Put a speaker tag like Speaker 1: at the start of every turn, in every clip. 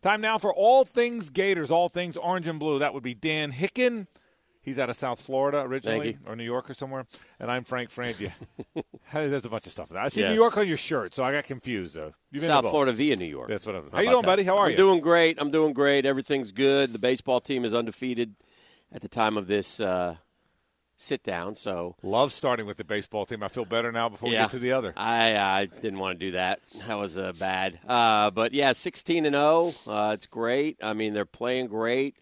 Speaker 1: Time now for all things Gators, all things orange and blue. That would be Dan Hicken. He's out of South Florida originally,
Speaker 2: Thank
Speaker 1: or New York or somewhere. And I'm Frank Frangia. Hey, There's a bunch of stuff. in that. I see New
Speaker 2: Yes.
Speaker 1: York on your shirt, so I got confused. Though. You've been to
Speaker 2: South
Speaker 1: both.
Speaker 2: Florida via New York.
Speaker 1: That's what I'm. How,
Speaker 2: about
Speaker 1: you doing,
Speaker 2: that?
Speaker 1: buddy? How are
Speaker 2: I'm
Speaker 1: you?
Speaker 2: doing great. I'm doing great. Everything's good. The baseball team is undefeated at the time of this uh, sit down. So
Speaker 1: Love starting with the baseball team. I feel better now before we
Speaker 2: yeah,
Speaker 1: get to the other.
Speaker 2: I I didn't want to do that. That was uh, bad. Uh, but yeah, 16 and 0. Uh, it's great. I mean, they're playing great.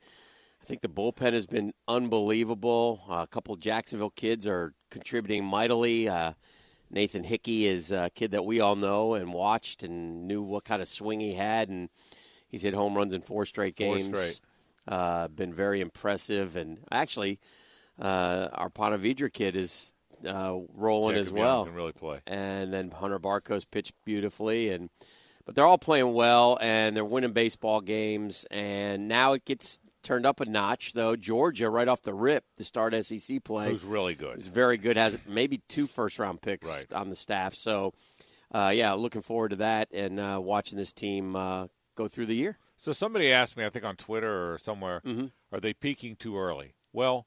Speaker 2: I think the bullpen has been unbelievable. Uh, a couple Jacksonville kids are contributing mightily. Uh, Nathan Hickey is a kid that we all know and watched and knew what kind of swing he had, and he's hit home runs in four straight
Speaker 1: Four
Speaker 2: games.
Speaker 1: straight.
Speaker 2: Uh, been very impressive, and actually, uh, our Pontevedra kid is uh, rolling
Speaker 1: Jacob
Speaker 2: as
Speaker 1: Young
Speaker 2: well
Speaker 1: Can really play.
Speaker 2: and then Hunter Barcos pitched beautifully and but they're all playing well and they're winning baseball games and now it gets turned up a notch though Georgia right off the rip to start SEC play
Speaker 1: Who's really
Speaker 2: is
Speaker 1: good?
Speaker 2: very good has maybe two first round picks
Speaker 1: Right.
Speaker 2: on the staff so uh, yeah looking forward to that and uh, watching this team uh, go through the year
Speaker 1: So somebody asked me, I think on Twitter or somewhere,
Speaker 2: Mm-hmm.
Speaker 1: are they peaking too early? Well,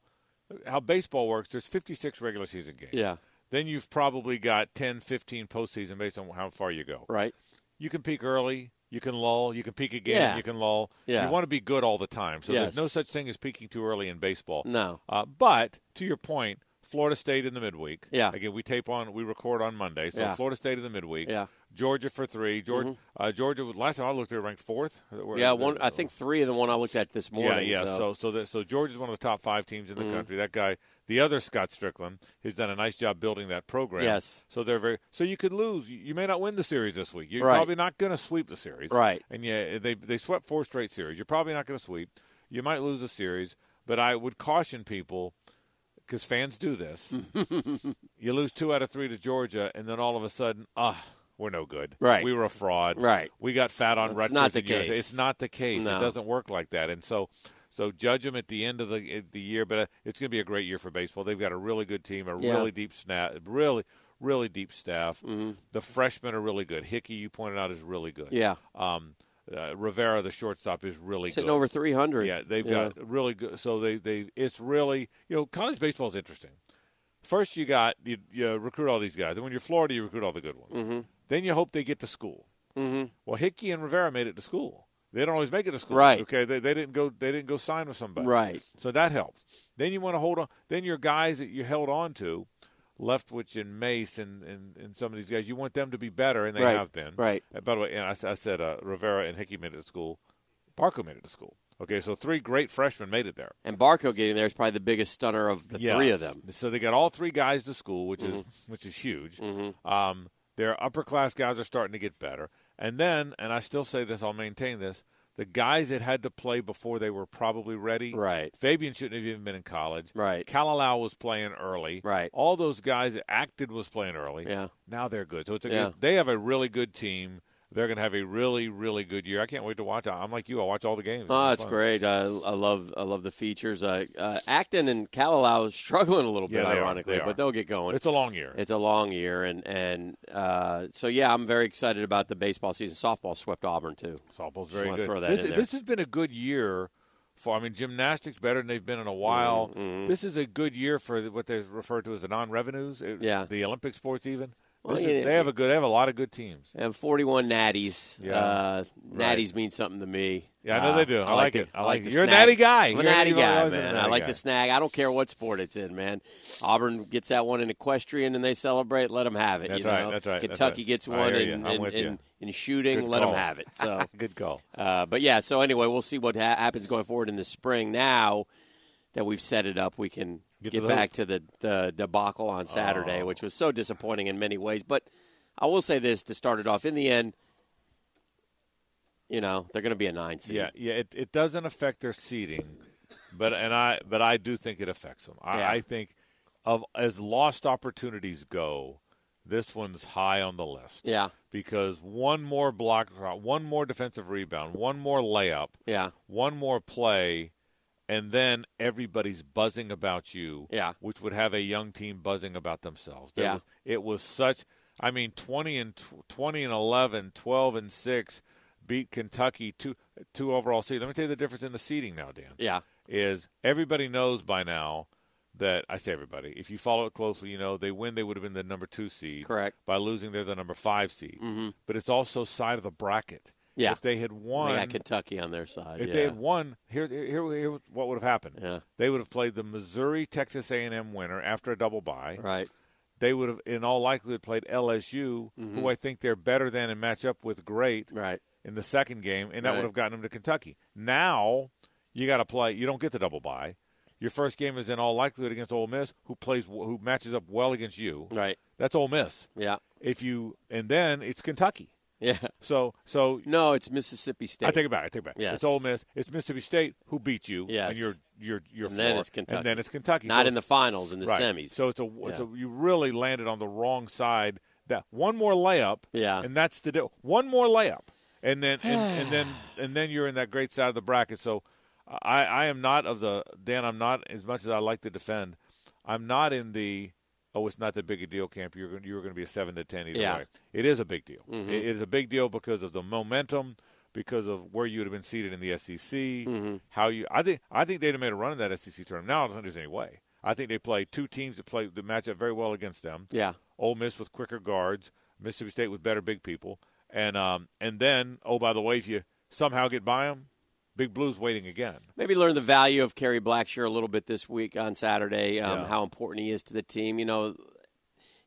Speaker 1: how baseball works, there's 56 regular season games.
Speaker 2: yeah
Speaker 1: Then you've probably got 10, 15 postseason based on how far you go.
Speaker 2: right
Speaker 1: You can peak early. You can lull. You can peak again.
Speaker 2: Yeah.
Speaker 1: You can lull.
Speaker 2: Yeah.
Speaker 1: You want to be good all the time. So
Speaker 2: Yes.
Speaker 1: there's no such thing as peaking too early in baseball.
Speaker 2: no
Speaker 1: Uh, but to your point, Florida State in the midweek.
Speaker 2: Yeah.
Speaker 1: Again, we tape on, we record on Monday. So
Speaker 2: Yeah.
Speaker 1: Florida State in the midweek.
Speaker 2: Yeah. Mm-hmm.
Speaker 1: Georgia for three. Georgia, uh, Georgia. was- Last time I looked, they were ranked fourth.
Speaker 2: yeah one I think three of the one I looked at this morning Mm-hmm.
Speaker 1: Yeah, yeah. So, so, that, so Georgia's one of the top five teams in the country. That guy, the other Scott Strickland, has done a nice job building that program.
Speaker 2: Yes.
Speaker 1: So they're very. So you could lose. You- You may not win the series this week. You're
Speaker 2: Right.
Speaker 1: probably not going to sweep the series.
Speaker 2: Right.
Speaker 1: And yeah, they they swept four straight series. You're probably not going to sweep. You might lose a series, but I would caution people because fans do this. you lose two out of three to Georgia, and then all of a sudden, ah. we're no good.
Speaker 2: Right.
Speaker 1: We were a fraud.
Speaker 2: Right.
Speaker 1: We got fat on
Speaker 2: That's
Speaker 1: Rutgers.
Speaker 2: not the
Speaker 1: and USA.
Speaker 2: case.
Speaker 1: It's not the case. It
Speaker 2: No.
Speaker 1: doesn't doesn't work like that. And so, so judge them at the end of the at the year. But uh, it's going to be a great year for baseball. They've got a really good team, a
Speaker 2: Yeah. Mm-hmm.
Speaker 1: really deep staff, really really deep staff. The freshmen are really good. Hickey, you pointed out, is really good.
Speaker 2: yeah
Speaker 1: Um, uh, Rivera, the shortstop, is really
Speaker 2: sitting
Speaker 1: good.
Speaker 2: over 300
Speaker 1: Yeah, they've
Speaker 2: you know.
Speaker 1: got really good. So they they it's really you know college baseball is interesting. First, you got you, you recruit all these guys, and when you're Florida, you recruit all the good ones. Mm-hmm. Then you hope they get to school. Mm-hmm. Well, Hickey and Rivera made it to school. They don't always make it to school,
Speaker 2: Right.
Speaker 1: Okay, they, they didn't go they didn't go sign with somebody,
Speaker 2: Right.
Speaker 1: So that helps. Then you want to hold on. Then your guys that you held on to, Leftwich and Mace and, and, and some of these guys, you want them to be better, and they
Speaker 2: Right.
Speaker 1: have been.
Speaker 2: Right.
Speaker 1: Uh, by the way, and I, s- I said uh, Rivera and Hickey made it to school. Barco made it to school. Okay, so three great freshmen made it there.
Speaker 2: And Barco getting there is probably the biggest stunner of the three of them. Mm-hmm.
Speaker 1: So they got all three guys to school, which is which is huge. Um, their upper class guys are starting to get better, and then, and I still say this, I'll maintain this: the guys that had to play before they were probably ready.
Speaker 2: Right.
Speaker 1: Fabian shouldn't have even been in college.
Speaker 2: Right.
Speaker 1: Kalalau was playing early.
Speaker 2: Right.
Speaker 1: All those guys that acted was playing early.
Speaker 2: Yeah.
Speaker 1: Now they're good. So it's a
Speaker 2: Yeah.
Speaker 1: they have a really good team. They're going to have a really, really good year. I can't wait to watch. I- I'm like you. I'll watch all the games. It'll
Speaker 2: Oh,
Speaker 1: be
Speaker 2: that's
Speaker 1: fun.
Speaker 2: great. I, I love I love the features. Uh, uh, Acton and Kalalau is struggling a little bit,
Speaker 1: Yeah, they are.
Speaker 2: ironically,
Speaker 1: They are.
Speaker 2: but they'll get going.
Speaker 1: It's a long year.
Speaker 2: It's a long year, and and uh, so yeah, I'm very excited about the baseball season. Softball swept Auburn too.
Speaker 1: Softball's
Speaker 2: Just
Speaker 1: very
Speaker 2: wanna
Speaker 1: good.
Speaker 2: throw that
Speaker 1: this,
Speaker 2: in there.
Speaker 1: this has been a good year for. I mean, gymnastics better than they've been in a while.
Speaker 2: Mm-hmm,
Speaker 1: This is a good year for what they refer to as the non-revenues. it-
Speaker 2: Yeah.
Speaker 1: the Olympic sports even.
Speaker 2: Well,
Speaker 1: This
Speaker 2: yeah.
Speaker 1: is, they have a good. They have a lot of good teams.
Speaker 2: And 41 natties.
Speaker 1: Yeah.
Speaker 2: Uh,
Speaker 1: Right.
Speaker 2: natties mean something to me.
Speaker 1: Yeah, I know
Speaker 2: Uh,
Speaker 1: they do. I like
Speaker 2: the-
Speaker 1: it. I like
Speaker 2: the
Speaker 1: it. You're a
Speaker 2: snag.
Speaker 1: natty guy.
Speaker 2: I'm a
Speaker 1: You're-
Speaker 2: natty
Speaker 1: you've
Speaker 2: guy,
Speaker 1: always been a
Speaker 2: man. I
Speaker 1: natty
Speaker 2: like
Speaker 1: guy.
Speaker 2: the snag. I don't care what sport it's in, man. Auburn gets that one in equestrian, and they celebrate. Let them have it.
Speaker 1: That's
Speaker 2: you
Speaker 1: right,
Speaker 2: know?
Speaker 1: that's right, that's
Speaker 2: Kentucky
Speaker 1: right.
Speaker 2: gets
Speaker 1: I
Speaker 2: one
Speaker 1: hear you.
Speaker 2: in,
Speaker 1: I'm
Speaker 2: in,
Speaker 1: with
Speaker 2: in,
Speaker 1: you.
Speaker 2: in shooting.
Speaker 1: Good
Speaker 2: let
Speaker 1: call.
Speaker 2: them have it. So,
Speaker 1: Good call.
Speaker 2: uh, but yeah. So anyway, we'll see what ha- happens going forward in the spring. Now that we've set it up, we can
Speaker 1: Get
Speaker 2: get,
Speaker 1: to the Oh.
Speaker 2: back to the, the debacle on Saturday, which was so disappointing in many ways. But I will say this to start it off. In the end, you know they're going to be a nine seed.
Speaker 1: Yeah, yeah. It, it doesn't affect their seeding, but and I but I do think it affects them. I,
Speaker 2: Yeah.
Speaker 1: I think of as lost opportunities go, this one's high on the list.
Speaker 2: Yeah.
Speaker 1: because one more block, one more defensive rebound, one more layup,
Speaker 2: Yeah.
Speaker 1: one more play, and then everybody's buzzing about you.
Speaker 2: Yeah.
Speaker 1: which would have a young team buzzing about themselves.
Speaker 2: Yeah.
Speaker 1: was, it was such. I mean, twenty and tw- twenty and 11, 12 and six. beat Kentucky two two overall seed. Let me tell you the difference in the seeding now, Dan.
Speaker 2: Yeah.
Speaker 1: Is everybody knows by now that I say everybody. If you follow it closely, you know they win. They would have been the number two seed.
Speaker 2: Correct. Mm-hmm.
Speaker 1: By losing, they're the number five seed. But it's also side of the bracket.
Speaker 2: Yeah.
Speaker 1: If they had won,
Speaker 2: They got Kentucky on their side.
Speaker 1: if
Speaker 2: yeah.
Speaker 1: they had won, here, here, here, was what would have happened?
Speaker 2: Yeah.
Speaker 1: They would have played the Missouri Texas A&M winner after a double bye.
Speaker 2: Right.
Speaker 1: They would have, in all likelihood, played LSU, who I think they're better than and match up with great
Speaker 2: Mm-hmm. Right.
Speaker 1: in the second game, and that
Speaker 2: Right.
Speaker 1: would have gotten them to Kentucky. Now you got to play. You don't get the double bye. Your first game is in all likelihood against Ole Miss, who plays who matches up well against you.
Speaker 2: Right.
Speaker 1: That's Ole Miss.
Speaker 2: Yeah.
Speaker 1: If you and then it's Kentucky.
Speaker 2: Yeah.
Speaker 1: So so
Speaker 2: No, it's Mississippi State.
Speaker 1: I take it back. I take it back.
Speaker 2: Yes.
Speaker 1: It's Ole Miss. It's Mississippi State who beat you.
Speaker 2: Yes.
Speaker 1: And you're you're you're
Speaker 2: And then
Speaker 1: floor.
Speaker 2: it's Kentucky.
Speaker 1: And then it's Kentucky.
Speaker 2: Not
Speaker 1: So-
Speaker 2: in the finals, in the
Speaker 1: right.
Speaker 2: semis.
Speaker 1: So it's a it's
Speaker 2: Yeah.
Speaker 1: a you really landed on the wrong side. That one more layup.
Speaker 2: Yeah.
Speaker 1: And that's the deal. One more layup, and then and, and then and then you're in that great side of the bracket. So I I am not of the Dan. I'm not as much as I like to defend. I'm not in the. Oh, it's not that big a deal, camp. You're going, you're going to be a seven to ten either
Speaker 2: Yeah. Mm-hmm.
Speaker 1: way. It is a big deal. It- it is a big deal because of the momentum, because of where you would have been seated in the SEC.
Speaker 2: Mm-hmm.
Speaker 1: How you, I think, I think they'd have made a run in that SEC tournament. Now I don't think there's any way. I think they play two teams that play that match up very well against them.
Speaker 2: yeah.
Speaker 1: Ole Miss with quicker guards, Mississippi State with better big people, and um, and then oh by the way, if you somehow get by them, Big Blue's waiting again.
Speaker 2: Maybe learn the value of Kerry Blackshear a little bit this week on Saturday, um,
Speaker 1: Yeah.
Speaker 2: how important he is to the team. You know,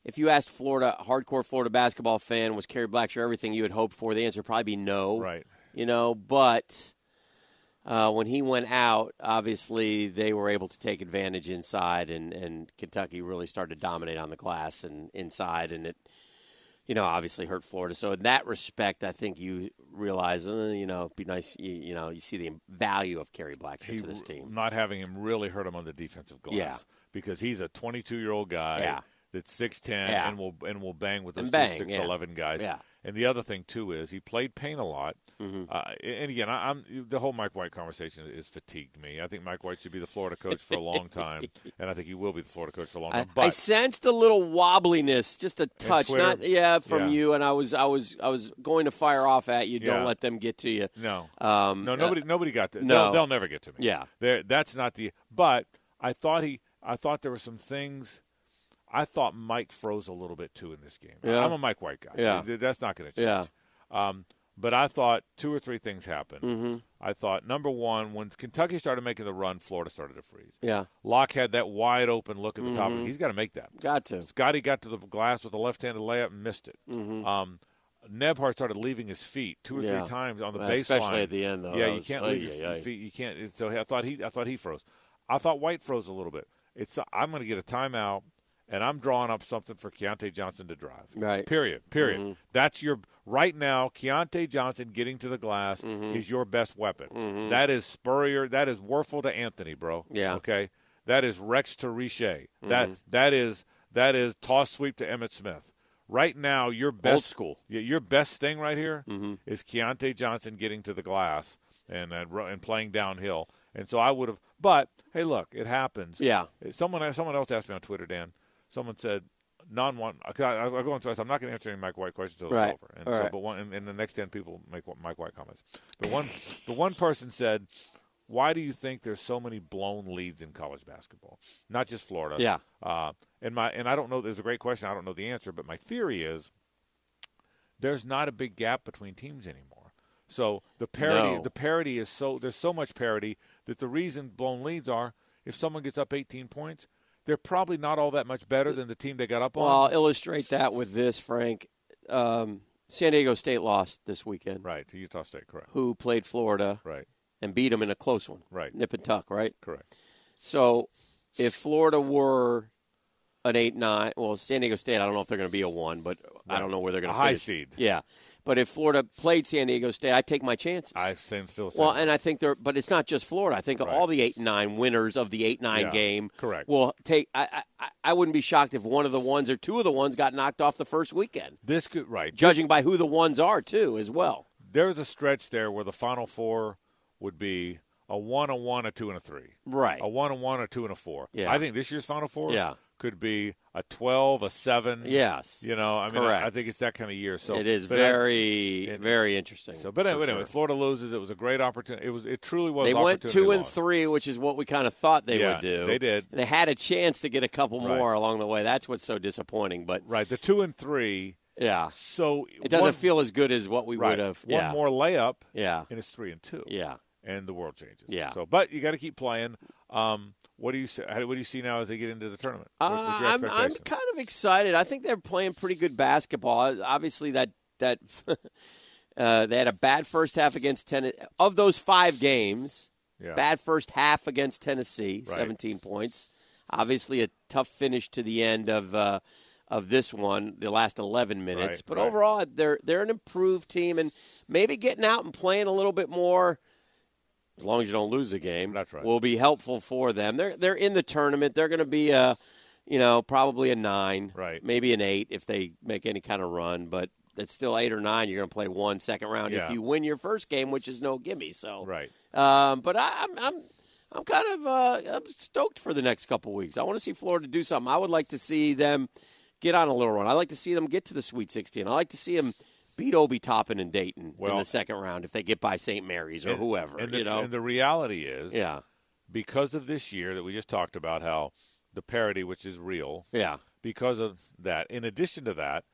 Speaker 2: if you asked Florida, hardcore Florida basketball fan, was Kerry Blackshear everything you had hoped for, the answer would probably be no.
Speaker 1: Right.
Speaker 2: You know, but uh, when he went out, obviously they were able to take advantage inside, and, and Kentucky really started to dominate on the glass and inside, and it, you know, obviously hurt Florida. So in that respect, I think you realize, uh, you know, it'd be nice, you, you know, you see the value of Kerry Blackshear
Speaker 1: He-
Speaker 2: to this team.
Speaker 1: Not having him really hurt him on the defensive glass.
Speaker 2: Yeah.
Speaker 1: Because he's a 22 year old guy
Speaker 2: Yeah.
Speaker 1: that's 6'10
Speaker 2: Yeah.
Speaker 1: and will and will bang with
Speaker 2: And
Speaker 1: those
Speaker 2: bang,
Speaker 1: two
Speaker 2: yeah.
Speaker 1: 6'11 guys.
Speaker 2: Yeah. Mm-hmm.
Speaker 1: And the other thing too is he played paint a lot. Uh, and again, I, I'm the whole Mike White conversation is fatigued me. I think Mike White should be the Florida coach for a long time, and I think he will be the Florida coach for a long
Speaker 2: I,
Speaker 1: time.
Speaker 2: I
Speaker 1: But
Speaker 2: sensed a little wobbliness, just a touch,
Speaker 1: Twitter.
Speaker 2: not yeah,
Speaker 1: Yeah.
Speaker 2: from you. And I was, I was, I was going to fire off at you. Don't
Speaker 1: Yeah.
Speaker 2: let them get to you.
Speaker 1: no,
Speaker 2: Um,
Speaker 1: no,
Speaker 2: uh,
Speaker 1: nobody, nobody got to.
Speaker 2: no.
Speaker 1: they'll, they'll never get to me.
Speaker 2: Yeah.
Speaker 1: There, that's not the. But I thought he. I thought there were some things. I thought Mike froze a little bit too in this game.
Speaker 2: Yeah.
Speaker 1: I'm a Mike White guy.
Speaker 2: Yeah.
Speaker 1: Th- that's not going to change.
Speaker 2: Yeah.
Speaker 1: Um, but I thought two or three things happened.
Speaker 2: Mm-hmm.
Speaker 1: I thought number one, when Kentucky started making the run, Florida started to freeze.
Speaker 2: Yeah. Mm-hmm.
Speaker 1: Locke had that wide open look at the top. He's got to make that.
Speaker 2: Got to.
Speaker 1: Scotty got to the glass with a left-handed layup and missed it. Um, Nebhard started leaving his feet two or
Speaker 2: Mm-hmm. Yeah.
Speaker 1: three times on the
Speaker 2: Well,
Speaker 1: baseline,
Speaker 2: especially at the end, though.
Speaker 1: Yeah,
Speaker 2: That
Speaker 1: you
Speaker 2: was-
Speaker 1: can't
Speaker 2: ay,
Speaker 1: leave your
Speaker 2: ay, ay.
Speaker 1: feet. You can't. So I thought he, I thought he froze. I thought White froze a little bit. It's I'm going to get a timeout, and I'm drawing up something for Keontae Johnson to drive.
Speaker 2: Right. Mm-hmm.
Speaker 1: Period. Period. That's your right now. Keontae Johnson getting to the glass
Speaker 2: Mm-hmm.
Speaker 1: is your best weapon. That is Spurrier. That is Werfel to Anthony, bro.
Speaker 2: Yeah.
Speaker 1: Okay. That is Rex to Riche. That that is that is toss sweep to Emmett Smith. Right now, your best
Speaker 2: school.
Speaker 1: y- Your best thing right here is Keontae Johnson getting to the glass and uh, ru- and playing downhill. And so I would have. But hey, look, it happens.
Speaker 2: Yeah.
Speaker 1: Someone someone else asked me on Twitter, Dan. Someone said non one. I, I, I go on twice. I'm not going to answer any Mike White questions until
Speaker 2: Right.
Speaker 1: it's over. And
Speaker 2: All
Speaker 1: so,
Speaker 2: right.
Speaker 1: but one and, and the next ten people make one- Mike White comments. But one, but one person said, "Why do you think there's so many blown leads in college basketball? Not just Florida."
Speaker 2: Yeah.
Speaker 1: Uh, and my and I don't know. There's a great question. I don't know the answer, but my theory is there's not a big gap between teams anymore. So the parity,
Speaker 2: No.
Speaker 1: the parity is so there's so much parity that the reason blown leads are if someone gets up 18 points, they're probably not all that much better than the team they got up
Speaker 2: Well,
Speaker 1: on.
Speaker 2: I'll illustrate that with this, Frank. Um, San Diego State lost this weekend.
Speaker 1: Right, to Utah State, correct,
Speaker 2: Who played Florida
Speaker 1: right,
Speaker 2: and beat them in a close one?
Speaker 1: Right.
Speaker 2: Nip and tuck, right?
Speaker 1: correct.
Speaker 2: So if Florida were an eight nine, well, San Diego State, I don't know if they're going to be a one, but I don't know where they're going
Speaker 1: A
Speaker 2: to
Speaker 1: high
Speaker 2: finish.
Speaker 1: seed.
Speaker 2: Yeah, but if Florida played San Diego State, I take my chances.
Speaker 1: I same feel the same.
Speaker 2: Well, and I think they're, but it's not just Florida. I think all the eight and nine winners of the eight nine
Speaker 1: Yeah,
Speaker 2: game,
Speaker 1: correct.
Speaker 2: will take. I, I I wouldn't be shocked if one of the ones or two of the ones got knocked off the first weekend,
Speaker 1: this could right.
Speaker 2: judging by who the ones are too, as well.
Speaker 1: There's a stretch there where the final four would be a one, a one, a two, and a three.
Speaker 2: Right. Oh,
Speaker 1: A one, a one, a two, and a four.
Speaker 2: Yeah.
Speaker 1: I think this year's final four
Speaker 2: Yeah.
Speaker 1: could be a 12, a 7.
Speaker 2: Yes.
Speaker 1: You know, I mean, I,
Speaker 2: Correct.
Speaker 1: I think it's that kind of year. So
Speaker 2: it is
Speaker 1: but I-
Speaker 2: very,
Speaker 1: it-
Speaker 2: very interesting.
Speaker 1: so, but anyway,
Speaker 2: for
Speaker 1: anyway,
Speaker 2: sure.
Speaker 1: Florida loses. It was a great opportunity. It was. It truly was.
Speaker 2: they went
Speaker 1: opportunity
Speaker 2: two and
Speaker 1: loss.
Speaker 2: three, which is what we kind of thought they
Speaker 1: Yeah,
Speaker 2: would do.
Speaker 1: they did.
Speaker 2: And they had a chance to get a couple
Speaker 1: Right.
Speaker 2: more along the way. That's what's so disappointing. But
Speaker 1: Right, the two and three.
Speaker 2: yeah,
Speaker 1: So
Speaker 2: it doesn't
Speaker 1: one,
Speaker 2: feel as good as what we
Speaker 1: right,
Speaker 2: would have.
Speaker 1: One
Speaker 2: yeah.
Speaker 1: more layup,
Speaker 2: Yeah.
Speaker 1: and it's three and two.
Speaker 2: Yeah.
Speaker 1: and the world changes.
Speaker 2: Yeah.
Speaker 1: So, but you got to keep playing. Um, what do you s- how, what do you see now as they get into the tournament? What-
Speaker 2: Uh,
Speaker 1: what's your
Speaker 2: I'm, I'm
Speaker 1: expectation?
Speaker 2: kind of excited. I think they're playing pretty good basketball. Obviously, that that uh, they had a bad first half against Tennessee. Of those five games,
Speaker 1: yeah.
Speaker 2: bad first half against Tennessee,
Speaker 1: Right.
Speaker 2: 17 points. Obviously, a tough finish to the end of uh, of this one, the last 11 minutes.
Speaker 1: Right,
Speaker 2: but
Speaker 1: right.
Speaker 2: overall, they're they're an improved team, and maybe getting out and playing a little bit more. As long as you don't lose the game,
Speaker 1: That's right.
Speaker 2: will be helpful for them. They're they're in the tournament. They're going to be a, you know, probably a nine,
Speaker 1: Right.
Speaker 2: Maybe an eight if they make any kind of run. But it's still eight or nine. You're going to play one second round
Speaker 1: Yeah.
Speaker 2: if you win your first game, which is no gimme. So
Speaker 1: Right.
Speaker 2: um, but I, I'm I'm I'm kind of uh, I'm stoked for the next couple weeks. I want to see Florida do something. I would like to see them get on a little run. I like to see them get to the Sweet 16. I like to see them beat Obi Toppin and Dayton in
Speaker 1: Well-
Speaker 2: the second round if they get by St. Mary's or
Speaker 1: And-
Speaker 2: whoever.
Speaker 1: And the,
Speaker 2: you know,
Speaker 1: and the reality is,
Speaker 2: yeah,
Speaker 1: because of this year that we just talked about, how the parity, which is real,
Speaker 2: yeah,
Speaker 1: because of that. In addition to that,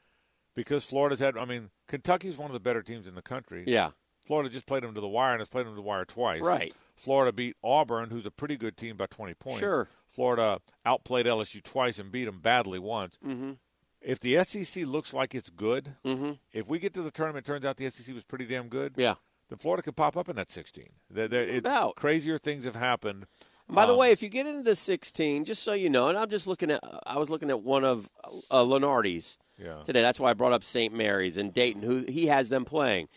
Speaker 1: because Florida's had, I mean, Kentucky's one of the better teams in the country.
Speaker 2: yeah,
Speaker 1: Florida just played them to the wire and has played them to the wire twice.
Speaker 2: Right.
Speaker 1: Florida beat Auburn, who's a pretty good team, by 20 points.
Speaker 2: Sure.
Speaker 1: Florida outplayed LSU twice and beat them badly once.
Speaker 2: Mhm.
Speaker 1: If the SEC looks like it's good,
Speaker 2: mm-hmm.
Speaker 1: if we get to the tournament, turns out the SEC was pretty damn good.
Speaker 2: yeah.
Speaker 1: Then Florida could pop up in that 16. There, there, it's-
Speaker 2: doubt.
Speaker 1: crazier things have happened.
Speaker 2: By the
Speaker 1: Um,
Speaker 2: way, if you get into the 16, just so you know, and I'm just looking at, uh, I was looking at one of uh, Lenardi's
Speaker 1: Yeah.
Speaker 2: today. That's why I brought up St. Mary's and Dayton, who he has them playing.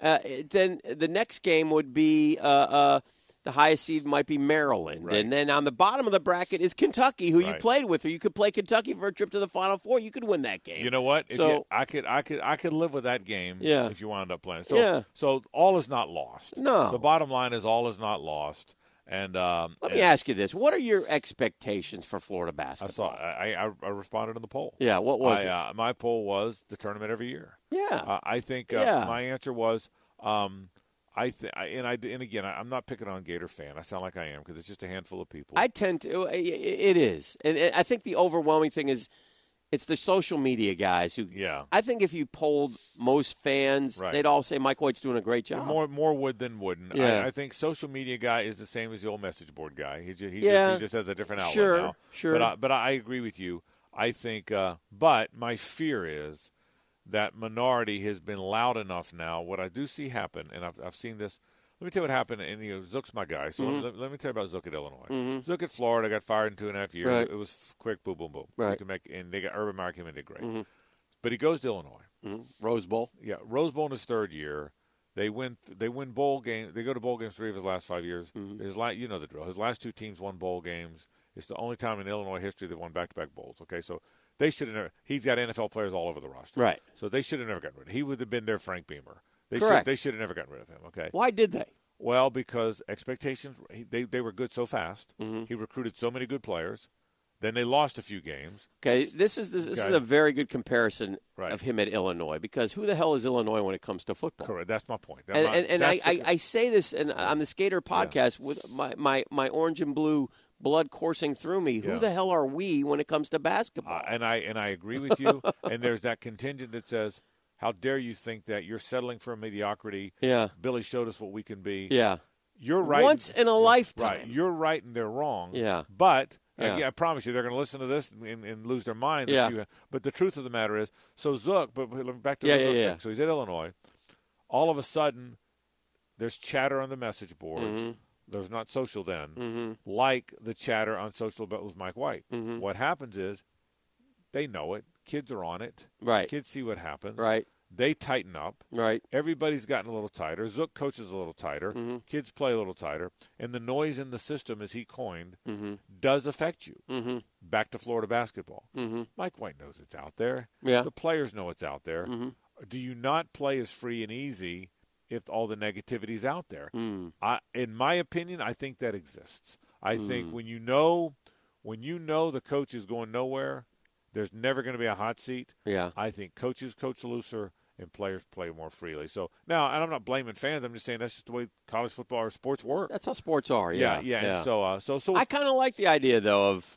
Speaker 2: Uh, then the next game would be uh, uh, the highest seed might be Maryland,
Speaker 1: Right.
Speaker 2: and then on the bottom of the bracket is Kentucky, who
Speaker 1: Right.
Speaker 2: you played with, or you could play Kentucky for a trip to the Final Four. You could win that game.
Speaker 1: You know what? If
Speaker 2: So-
Speaker 1: you, I could, I could, I could live with that game.
Speaker 2: Yeah.
Speaker 1: If you wound up playing, so
Speaker 2: Yeah.
Speaker 1: so all is not lost.
Speaker 2: No.
Speaker 1: The bottom line is all is not lost. And um,
Speaker 2: Let me
Speaker 1: and
Speaker 2: ask you this: What are your expectations for Florida
Speaker 1: I
Speaker 2: basketball?
Speaker 1: saw. I, I I responded in the poll.
Speaker 2: Yeah, what was
Speaker 1: I,
Speaker 2: it?
Speaker 1: Uh, my poll was the tournament every year.
Speaker 2: yeah,
Speaker 1: Uh, I think uh,
Speaker 2: Yeah.
Speaker 1: my answer was. Um, I, th- I and I and again I, I'm not picking on Gator fan. I sound like I am because it's just a handful of people.
Speaker 2: I tend to. i- i- It is, and and I think the overwhelming thing is, it's the social media guys who.
Speaker 1: yeah.
Speaker 2: I think if you polled most fans,
Speaker 1: Right.
Speaker 2: they'd all say Mike White's doing a great job.
Speaker 1: More more would than wouldn't.
Speaker 2: Yeah.
Speaker 1: I, I think social media guy is the same as the old message board guy. He's just, he's
Speaker 2: Yeah.
Speaker 1: just, he just has a different outlet
Speaker 2: Sure,
Speaker 1: now.
Speaker 2: sure.
Speaker 1: But I, but I agree with you. I think. Uh, but my fear is that minority has been loud enough now. What I do see happen, and I've, I've seen this. Let me tell you what happened. And you know, Zook's my guy. So
Speaker 2: Mm-hmm.
Speaker 1: let, let me tell you about Zook at Illinois. Zook at Florida got fired in two and a half years.
Speaker 2: Right.
Speaker 1: It was f- quick. Boom, boom, boom. You
Speaker 2: Right. Mm-hmm.
Speaker 1: can make, and they got Urban Meyer came in did great. But he goes to Illinois
Speaker 2: Rose Bowl.
Speaker 1: yeah, Rose Bowl in his third year. They win. They win bowl game. They go to bowl games three of his last five years.
Speaker 2: Mm-hmm.
Speaker 1: His la- you know the drill. His last two teams won bowl games. It's the only time in Illinois history they've won back-to-back bowls. Okay, so they should have never. He's got NFL players all over the roster.
Speaker 2: Right.
Speaker 1: So they should have never gotten rid. of He would have been their Frank Beamer. They
Speaker 2: Correct.
Speaker 1: Should, they should have never gotten rid of him. Okay.
Speaker 2: Why did they?
Speaker 1: Well, because expectations he- they they were good so fast.
Speaker 2: Mm-hmm.
Speaker 1: He recruited so many good players. Then they lost a few games.
Speaker 2: Okay, this is this, this
Speaker 1: Okay.
Speaker 2: is a very good comparison
Speaker 1: Right.
Speaker 2: of him at Illinois because who the hell is Illinois when it comes to football?
Speaker 1: Correct. That's my point. That-
Speaker 2: And,
Speaker 1: my-
Speaker 2: and, and I,
Speaker 1: that's the-
Speaker 2: I, I say this and on the Skater podcast with my, my, my orange and blue blood coursing through me. Who
Speaker 1: Yeah.
Speaker 2: the hell are we when it comes to basketball?
Speaker 1: Uh, and I and I agree with you. and there's that contingent that says, "How dare you think that you're settling for mediocrity?"
Speaker 2: yeah,
Speaker 1: Billy showed us what we can be.
Speaker 2: yeah.
Speaker 1: You're right.
Speaker 2: Once in a lifetime.
Speaker 1: right. You're right, and they're wrong.
Speaker 2: Yeah.
Speaker 1: But
Speaker 2: Yeah.
Speaker 1: I, I promise you, they're going to listen to this and, and lose their mind. if
Speaker 2: Yeah.
Speaker 1: you- but the truth of the matter is, so Zook. But but look back to
Speaker 2: Yeah,
Speaker 1: the
Speaker 2: yeah,
Speaker 1: Zook
Speaker 2: yeah.
Speaker 1: thing. So he's at Illinois. All of a sudden, there's chatter on the message boards.
Speaker 2: Mm-hmm.
Speaker 1: There was not social then, like the chatter on social about with Mike White.
Speaker 2: Mm-hmm.
Speaker 1: What happens is, they know it. Kids are on it.
Speaker 2: Right.
Speaker 1: Kids see what happens.
Speaker 2: Right.
Speaker 1: They tighten up.
Speaker 2: Right.
Speaker 1: Everybody's gotten a little tighter. Zook coaches a little tighter.
Speaker 2: Mm-hmm.
Speaker 1: Kids play a little tighter. And the noise in the system, as he coined,
Speaker 2: Mm-hmm.
Speaker 1: does affect you.
Speaker 2: Mhm.
Speaker 1: Back to Florida basketball.
Speaker 2: Mhm.
Speaker 1: Mike White knows it's out there.
Speaker 2: Yeah. Mm-hmm.
Speaker 1: The players know it's out there. Do you not play as free and easy if all the negativity's out there?
Speaker 2: Mm.
Speaker 1: Hmm. I, in my opinion, I think that exists. I think when you know when you know the coach is going nowhere, there's never going to be a hot seat.
Speaker 2: Yeah.
Speaker 1: I think coaches coach looser and players play more freely. So now, and I'm not blaming fans. I'm just saying that's just the way college football or sports work.
Speaker 2: That's how sports are.
Speaker 1: yeah,
Speaker 2: Yeah,
Speaker 1: yeah. And so, uh, so, so
Speaker 2: I kind of like the idea though of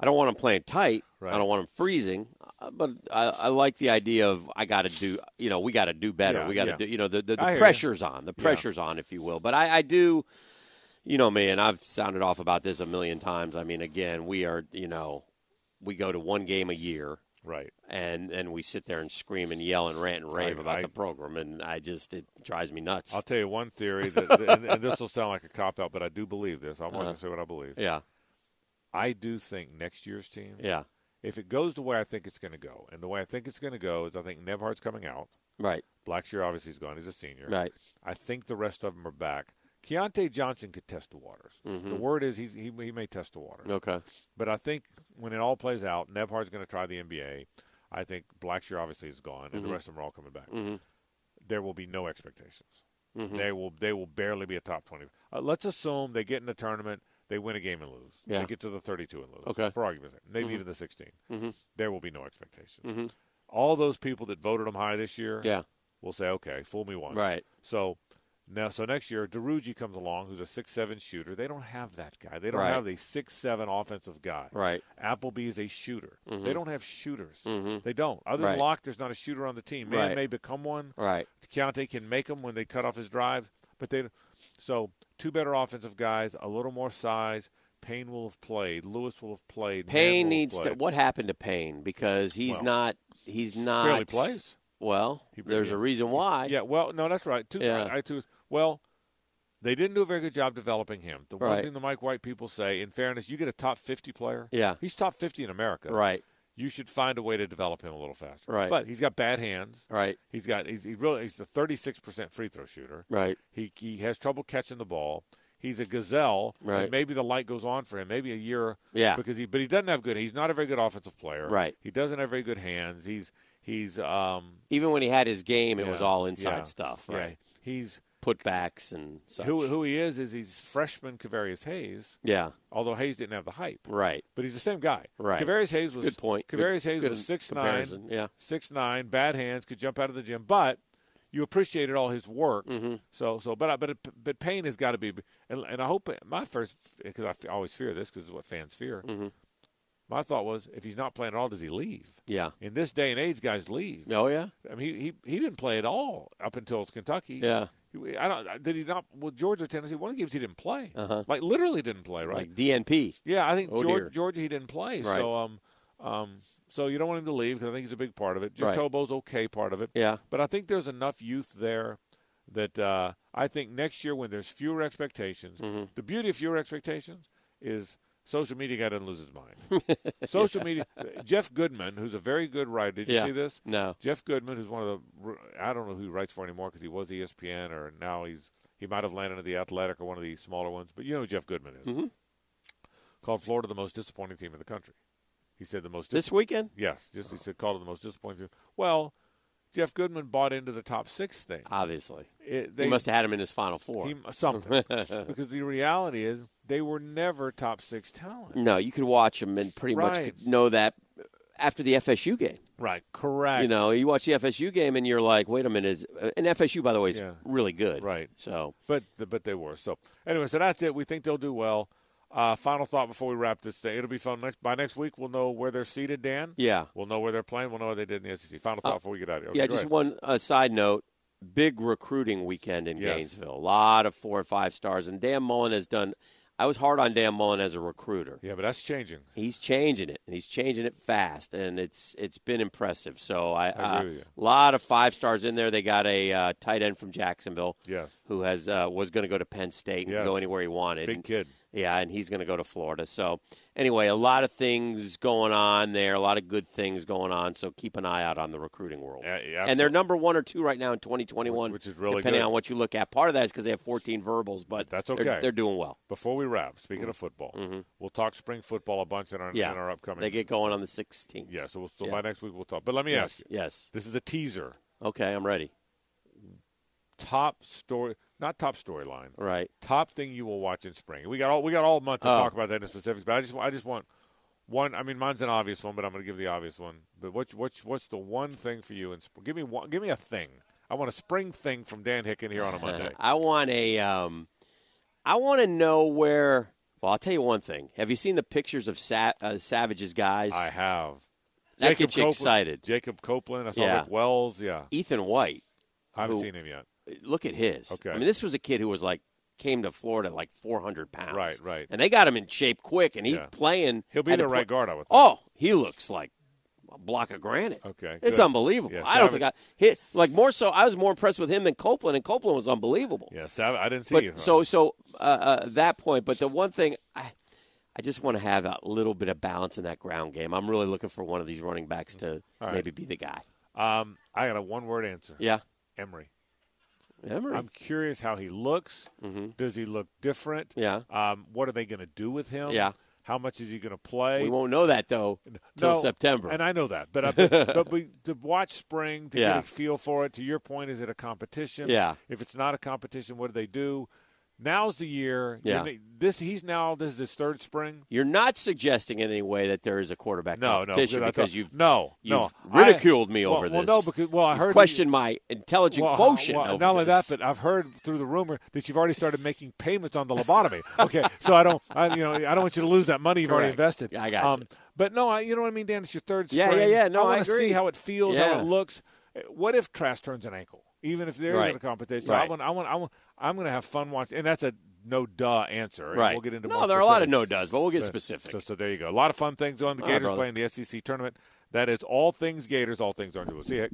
Speaker 2: I don't want them playing tight.
Speaker 1: Right.
Speaker 2: I don't want them freezing. uh, But I, I like the idea of I got to do. You know, we got to do better.
Speaker 1: Yeah,
Speaker 2: we got to
Speaker 1: yeah.
Speaker 2: do. You know, the the,
Speaker 1: I hear
Speaker 2: the
Speaker 1: you.
Speaker 2: pressure's on. The pressure's on, if you will. But I, I do. You know me, and I've sounded off about this a million times. I mean, again, we are. You know, we go to one game a year
Speaker 1: right.
Speaker 2: and and we sit there and scream and yell and rant and rave
Speaker 1: I-
Speaker 2: about
Speaker 1: I-
Speaker 2: the program, and I just it drives me nuts.
Speaker 1: I'll tell you one theory, that, and, and this will sound like a cop out, but I do believe this. I'm going
Speaker 2: Uh-huh.
Speaker 1: to say what I believe.
Speaker 2: yeah,
Speaker 1: I do think next year's team,
Speaker 2: yeah,
Speaker 1: if it goes the way I think it's going to go, and the way I think it's going to go is I think Nebhard's coming out.
Speaker 2: right,
Speaker 1: Blackshear obviously is gone. He's a senior.
Speaker 2: right,
Speaker 1: I think the rest of them are back. Keontae Johnson could test the waters.
Speaker 2: Mm-hmm.
Speaker 1: The word is he's, he, he may test the waters.
Speaker 2: okay,
Speaker 1: But I think when it all plays out, Nebhard's going to try the NBA. I think Blackshear obviously is gone,
Speaker 2: Mm-hmm.
Speaker 1: and the rest of them are all coming back.
Speaker 2: Mhm.
Speaker 1: There will be no expectations.
Speaker 2: Mhm.
Speaker 1: They will they will barely be a top twenty. Uh, let's assume they get in the tournament, they win a game and lose.
Speaker 2: Yeah.
Speaker 1: They get to the thirty-two and lose.
Speaker 2: Okay. Mm-hmm.
Speaker 1: for argument's sake, maybe even the 16
Speaker 2: Mhm.
Speaker 1: There will be no expectations.
Speaker 2: Mhm.
Speaker 1: All those people that voted them high this year,
Speaker 2: yeah,
Speaker 1: will say, okay, fool me once,
Speaker 2: right.
Speaker 1: so now, so next year, Deruji comes along, who's a six-seven shooter. They don't have that guy. They don't
Speaker 2: Right.
Speaker 1: have a six-seven offensive guy.
Speaker 2: Right.
Speaker 1: Appleby is a shooter. They don't have shooters.
Speaker 2: Mhm.
Speaker 1: They don't. Other than
Speaker 2: Right.
Speaker 1: Locke, there's not a shooter on the team. Man
Speaker 2: Right.
Speaker 1: may become one.
Speaker 2: Right.
Speaker 1: Keontae can make them when they cut off his drives, but they. So two better offensive guys, a little more size. Payne will have played. Lewis will have played. Mann
Speaker 2: Payne
Speaker 1: will have
Speaker 2: needs to.
Speaker 1: played.
Speaker 2: What happened to Payne? Because he's
Speaker 1: Well,
Speaker 2: not. He's not.
Speaker 1: barely plays.
Speaker 2: Well,
Speaker 1: He barely-
Speaker 2: there's a reason why.
Speaker 1: Yeah, well, no, that's right. Two,
Speaker 2: Yeah.
Speaker 1: I, I two, well, they didn't do a very good job developing him. The one
Speaker 2: Right.
Speaker 1: thing the Mike White people say, in fairness, you get a top 50 player.
Speaker 2: Yeah.
Speaker 1: He's top 50 in America.
Speaker 2: Right.
Speaker 1: You should find a way to develop him a little faster.
Speaker 2: Right.
Speaker 1: But he's got bad hands.
Speaker 2: Right.
Speaker 1: He's got he's he really he's a 36% free throw shooter.
Speaker 2: Right.
Speaker 1: He he has trouble catching the ball. He's a gazelle. and
Speaker 2: Right.
Speaker 1: maybe the light goes on for him. Maybe a year
Speaker 2: Yeah.
Speaker 1: because he but he doesn't have good. He's not a very good offensive player.
Speaker 2: Right.
Speaker 1: He doesn't have very good hands. He's he's um
Speaker 2: Even when he had his game, it
Speaker 1: Yeah.
Speaker 2: was all inside
Speaker 1: Yeah.
Speaker 2: stuff.
Speaker 1: yeah,
Speaker 2: Right.
Speaker 1: he's
Speaker 2: Putbacks and such.
Speaker 1: Who, who he is is he's freshman Kavarius Hayes,
Speaker 2: Yeah.
Speaker 1: although Hayes didn't have the hype,
Speaker 2: Right.
Speaker 1: but he's the same guy.
Speaker 2: Right.
Speaker 1: Kavarius Hayes was
Speaker 2: Good point. Good-
Speaker 1: Kavarius Hayes
Speaker 2: good
Speaker 1: was six nine,
Speaker 2: comparison. Yeah.
Speaker 1: six nine, bad hands, could jump out of the gym, but you appreciated all his work.
Speaker 2: Mm-hmm.
Speaker 1: So so, but I- but but Payne has got to be, and, and I hope my first because I f- always fear this because it's what fans fear.
Speaker 2: Mm-hmm.
Speaker 1: My thought was if he's not playing at all, does he leave?
Speaker 2: Yeah.
Speaker 1: In this day and age, guys leave.
Speaker 2: Oh yeah.
Speaker 1: I mean, he, he he didn't play at all up until Kentucky.
Speaker 2: Yeah.
Speaker 1: He- I don't. Did he not? Well, Georgia, Tennessee. One of the games he didn't play.
Speaker 2: Uh-huh.
Speaker 1: Like literally didn't play. Right.
Speaker 2: Like DNP.
Speaker 1: yeah, I think
Speaker 2: Oh,
Speaker 1: Georgia,
Speaker 2: dear.
Speaker 1: Georgia he didn't play.
Speaker 2: Right.
Speaker 1: So um um so you don't want him to leave because I think he's a big part of it.
Speaker 2: Right.
Speaker 1: Jacobo's okay part of it.
Speaker 2: Yeah.
Speaker 1: But I think there's enough youth there that uh, I think next year when there's fewer expectations,
Speaker 2: Mm-hmm.
Speaker 1: the beauty of fewer expectations is social media guy doesn't lose his mind. social media. Jeff Goodman, who's a very good writer. Did you
Speaker 2: Yeah.
Speaker 1: see this?
Speaker 2: No.
Speaker 1: Jeff Goodman, who's one of the I don't know who he writes for anymore because he was E ESPN or now he's he might have landed at the Athletic or one of the smaller ones, but you know who Jeff Goodman is.
Speaker 2: Mm-hmm.
Speaker 1: Called Florida the most disappointing team in the country. He said the most dis-
Speaker 2: This Oh. weekend.
Speaker 1: yes, just he said called it the most disappointing. Team. Well, Jeff Goodman bought into the top six thing.
Speaker 2: Obviously.
Speaker 1: It- they-
Speaker 2: They, Ah, he must have had him in his final four.
Speaker 1: he- something because the reality is they were never top six talent.
Speaker 2: no, you could watch him and pretty much
Speaker 1: Right.
Speaker 2: could know that after the FSU game.
Speaker 1: Right, correct.
Speaker 2: You know, you watch the FSU game and you're like, wait a minute, is, uh, and FSU by the way is
Speaker 1: Yeah.
Speaker 2: really good,
Speaker 1: Right.
Speaker 2: So
Speaker 1: But but they were. So anyway, so that's it. We think they'll do well. Uh, final thought before we wrap this day. It'll be fun. Next, by next week, we'll know where they're seated, Dan.
Speaker 2: yeah, Uh,
Speaker 1: We'll know where they're playing. We'll know what they did in the SEC. Final thought before we get out of here. Okay,
Speaker 2: yeah.
Speaker 1: go
Speaker 2: Just
Speaker 1: ahead.
Speaker 2: one uh, side note: big recruiting weekend in
Speaker 1: Yes.
Speaker 2: Gainesville. A lot of four and five stars, and Dan Mullen has done. I was hard on Dan Mullen as a recruiter.
Speaker 1: Yeah, but that's changing.
Speaker 2: He's changing it, and he's changing it fast, and it's it's been impressive. So
Speaker 1: I
Speaker 2: I, uh,
Speaker 1: agree with you.
Speaker 2: lot of five stars in there. They got a uh, tight end from Jacksonville.
Speaker 1: Yes,
Speaker 2: Who has uh, was going to go to Penn State and
Speaker 1: Yes.
Speaker 2: go anywhere he wanted?
Speaker 1: big
Speaker 2: And-
Speaker 1: kid.
Speaker 2: Yeah, and he's going to go to Florida. So, anyway, a lot of things going on there, a lot of good things going on. So, keep an eye out on the recruiting world.
Speaker 1: Yeah, yeah,
Speaker 2: and they're
Speaker 1: absolutely.
Speaker 2: number one or two right now in 2021,
Speaker 1: Which- which is really
Speaker 2: depending
Speaker 1: good.
Speaker 2: on what you look at. Part of that is because they have 14 verbals, but
Speaker 1: That's
Speaker 2: they're-
Speaker 1: okay.
Speaker 2: They're, doing well.
Speaker 1: Before we wrap, speaking of football, we'll talk spring football a bunch in our
Speaker 2: Mm-hmm. Yeah,
Speaker 1: in our upcoming.
Speaker 2: They get going on the 16th.
Speaker 1: yeah, so, we'll, so
Speaker 2: Yeah.
Speaker 1: by next week we'll talk. But let me ask
Speaker 2: Yes,
Speaker 1: you.
Speaker 2: yes.
Speaker 1: This is a teaser.
Speaker 2: Okay, I'm ready.
Speaker 1: top story, not top storyline,
Speaker 2: Right.
Speaker 1: top thing you will watch in spring. We got all we got all month to
Speaker 2: Oh.
Speaker 1: talk about that in specifics, but I just I just want one. I mean, mine's an obvious one, but I'm going to give the obvious one. But what's what's what's the one thing for you? And give me one, give me a thing. I want a spring thing from Dan Hicken here on a Monday.
Speaker 2: Uh, I want a. Um, I want to know where. Well, I'll tell you one thing. Have you seen the pictures of Sa- uh, Savage's guys?
Speaker 1: I have.
Speaker 2: That gets you
Speaker 1: Copeland-
Speaker 2: excited.
Speaker 1: Jacob Copeland. I saw
Speaker 2: Yeah.
Speaker 1: Rick Wells. Yeah,
Speaker 2: Ethan White.
Speaker 1: I haven't
Speaker 2: Who-
Speaker 1: seen him yet.
Speaker 2: Look at his.
Speaker 1: Okay.
Speaker 2: I mean, this was a kid who was like came to Florida like 400 pounds.
Speaker 1: Right, right.
Speaker 2: And they got him in shape quick, and he's
Speaker 1: Yeah.
Speaker 2: playing.
Speaker 1: He'll be
Speaker 2: had to
Speaker 1: the right
Speaker 2: play-
Speaker 1: guard. I would. Think.
Speaker 2: Oh, he looks like a block of granite.
Speaker 1: Okay,
Speaker 2: It's
Speaker 1: good.
Speaker 2: unbelievable.
Speaker 1: Yeah,
Speaker 2: I don't
Speaker 1: Savage-
Speaker 2: think I hit like more so. I was more impressed with him than Copeland, and Copeland was unbelievable.
Speaker 1: Yeah, Sav- I didn't see
Speaker 2: but
Speaker 1: you.
Speaker 2: so so uh, uh, that point. But the one thing I I just want to have a little bit of balance in that ground game. I'm really looking for one of these running backs to
Speaker 1: right.
Speaker 2: maybe be the guy.
Speaker 1: um, I got a one-word answer.
Speaker 2: Yeah,
Speaker 1: Emery.
Speaker 2: Emery.
Speaker 1: I'm curious how he looks.
Speaker 2: Mm-hmm.
Speaker 1: Does he look different?
Speaker 2: Yeah.
Speaker 1: Um, what are they going to do with him?
Speaker 2: Yeah.
Speaker 1: How much is he going to play?
Speaker 2: we won't know that though until
Speaker 1: No,
Speaker 2: September.
Speaker 1: And I know that, but I, but we, to watch spring to
Speaker 2: Yeah.
Speaker 1: get a feel for it. To your point, is it a competition?
Speaker 2: Yeah.
Speaker 1: If it's not a competition, what do they do? Now's the year.
Speaker 2: Yeah.
Speaker 1: You know, This he's now. This is his third spring.
Speaker 2: You're not suggesting in any way that there is a quarterback
Speaker 1: No, no,
Speaker 2: competition
Speaker 1: I
Speaker 2: because
Speaker 1: thought-
Speaker 2: you've
Speaker 1: no, no.
Speaker 2: you've ridiculed
Speaker 1: I-
Speaker 2: me
Speaker 1: well-
Speaker 2: over
Speaker 1: well,
Speaker 2: this.
Speaker 1: no, because- well, I
Speaker 2: You've
Speaker 1: heard you-
Speaker 2: questioned my intelligent
Speaker 1: Well,
Speaker 2: quotient.
Speaker 1: well,
Speaker 2: over
Speaker 1: not only
Speaker 2: this.
Speaker 1: that, but I've heard through the rumor that you've already started making payments on the lobotomy. okay, so I don't, I, you know, I don't want you to lose that money you've already
Speaker 2: Correct.
Speaker 1: invested. Um,
Speaker 2: Yeah, I got you.
Speaker 1: But no, I, you know what I mean, Dan. It's your third.
Speaker 2: Yeah,
Speaker 1: spring.
Speaker 2: yeah, yeah. No, I
Speaker 1: want to see
Speaker 2: agree.
Speaker 1: how it feels, how
Speaker 2: Yeah.
Speaker 1: it looks. Uh, What if Trask turns an ankle? Even if there
Speaker 2: Right.
Speaker 1: isn't a competition, So I
Speaker 2: Right.
Speaker 1: want, I want, I want, I'm going to have fun watching. And that's a no duh answer. and
Speaker 2: right?
Speaker 1: We'll get into
Speaker 2: no.
Speaker 1: more
Speaker 2: There are a lot
Speaker 1: specifics.
Speaker 2: of no does, but we'll get
Speaker 1: But-
Speaker 2: specific.
Speaker 1: So, so there you go. A lot of fun things on the E
Speaker 2: All right,
Speaker 1: Gators
Speaker 2: brother.
Speaker 1: playing the SEC tournament. That is all things Gators, all things on See you.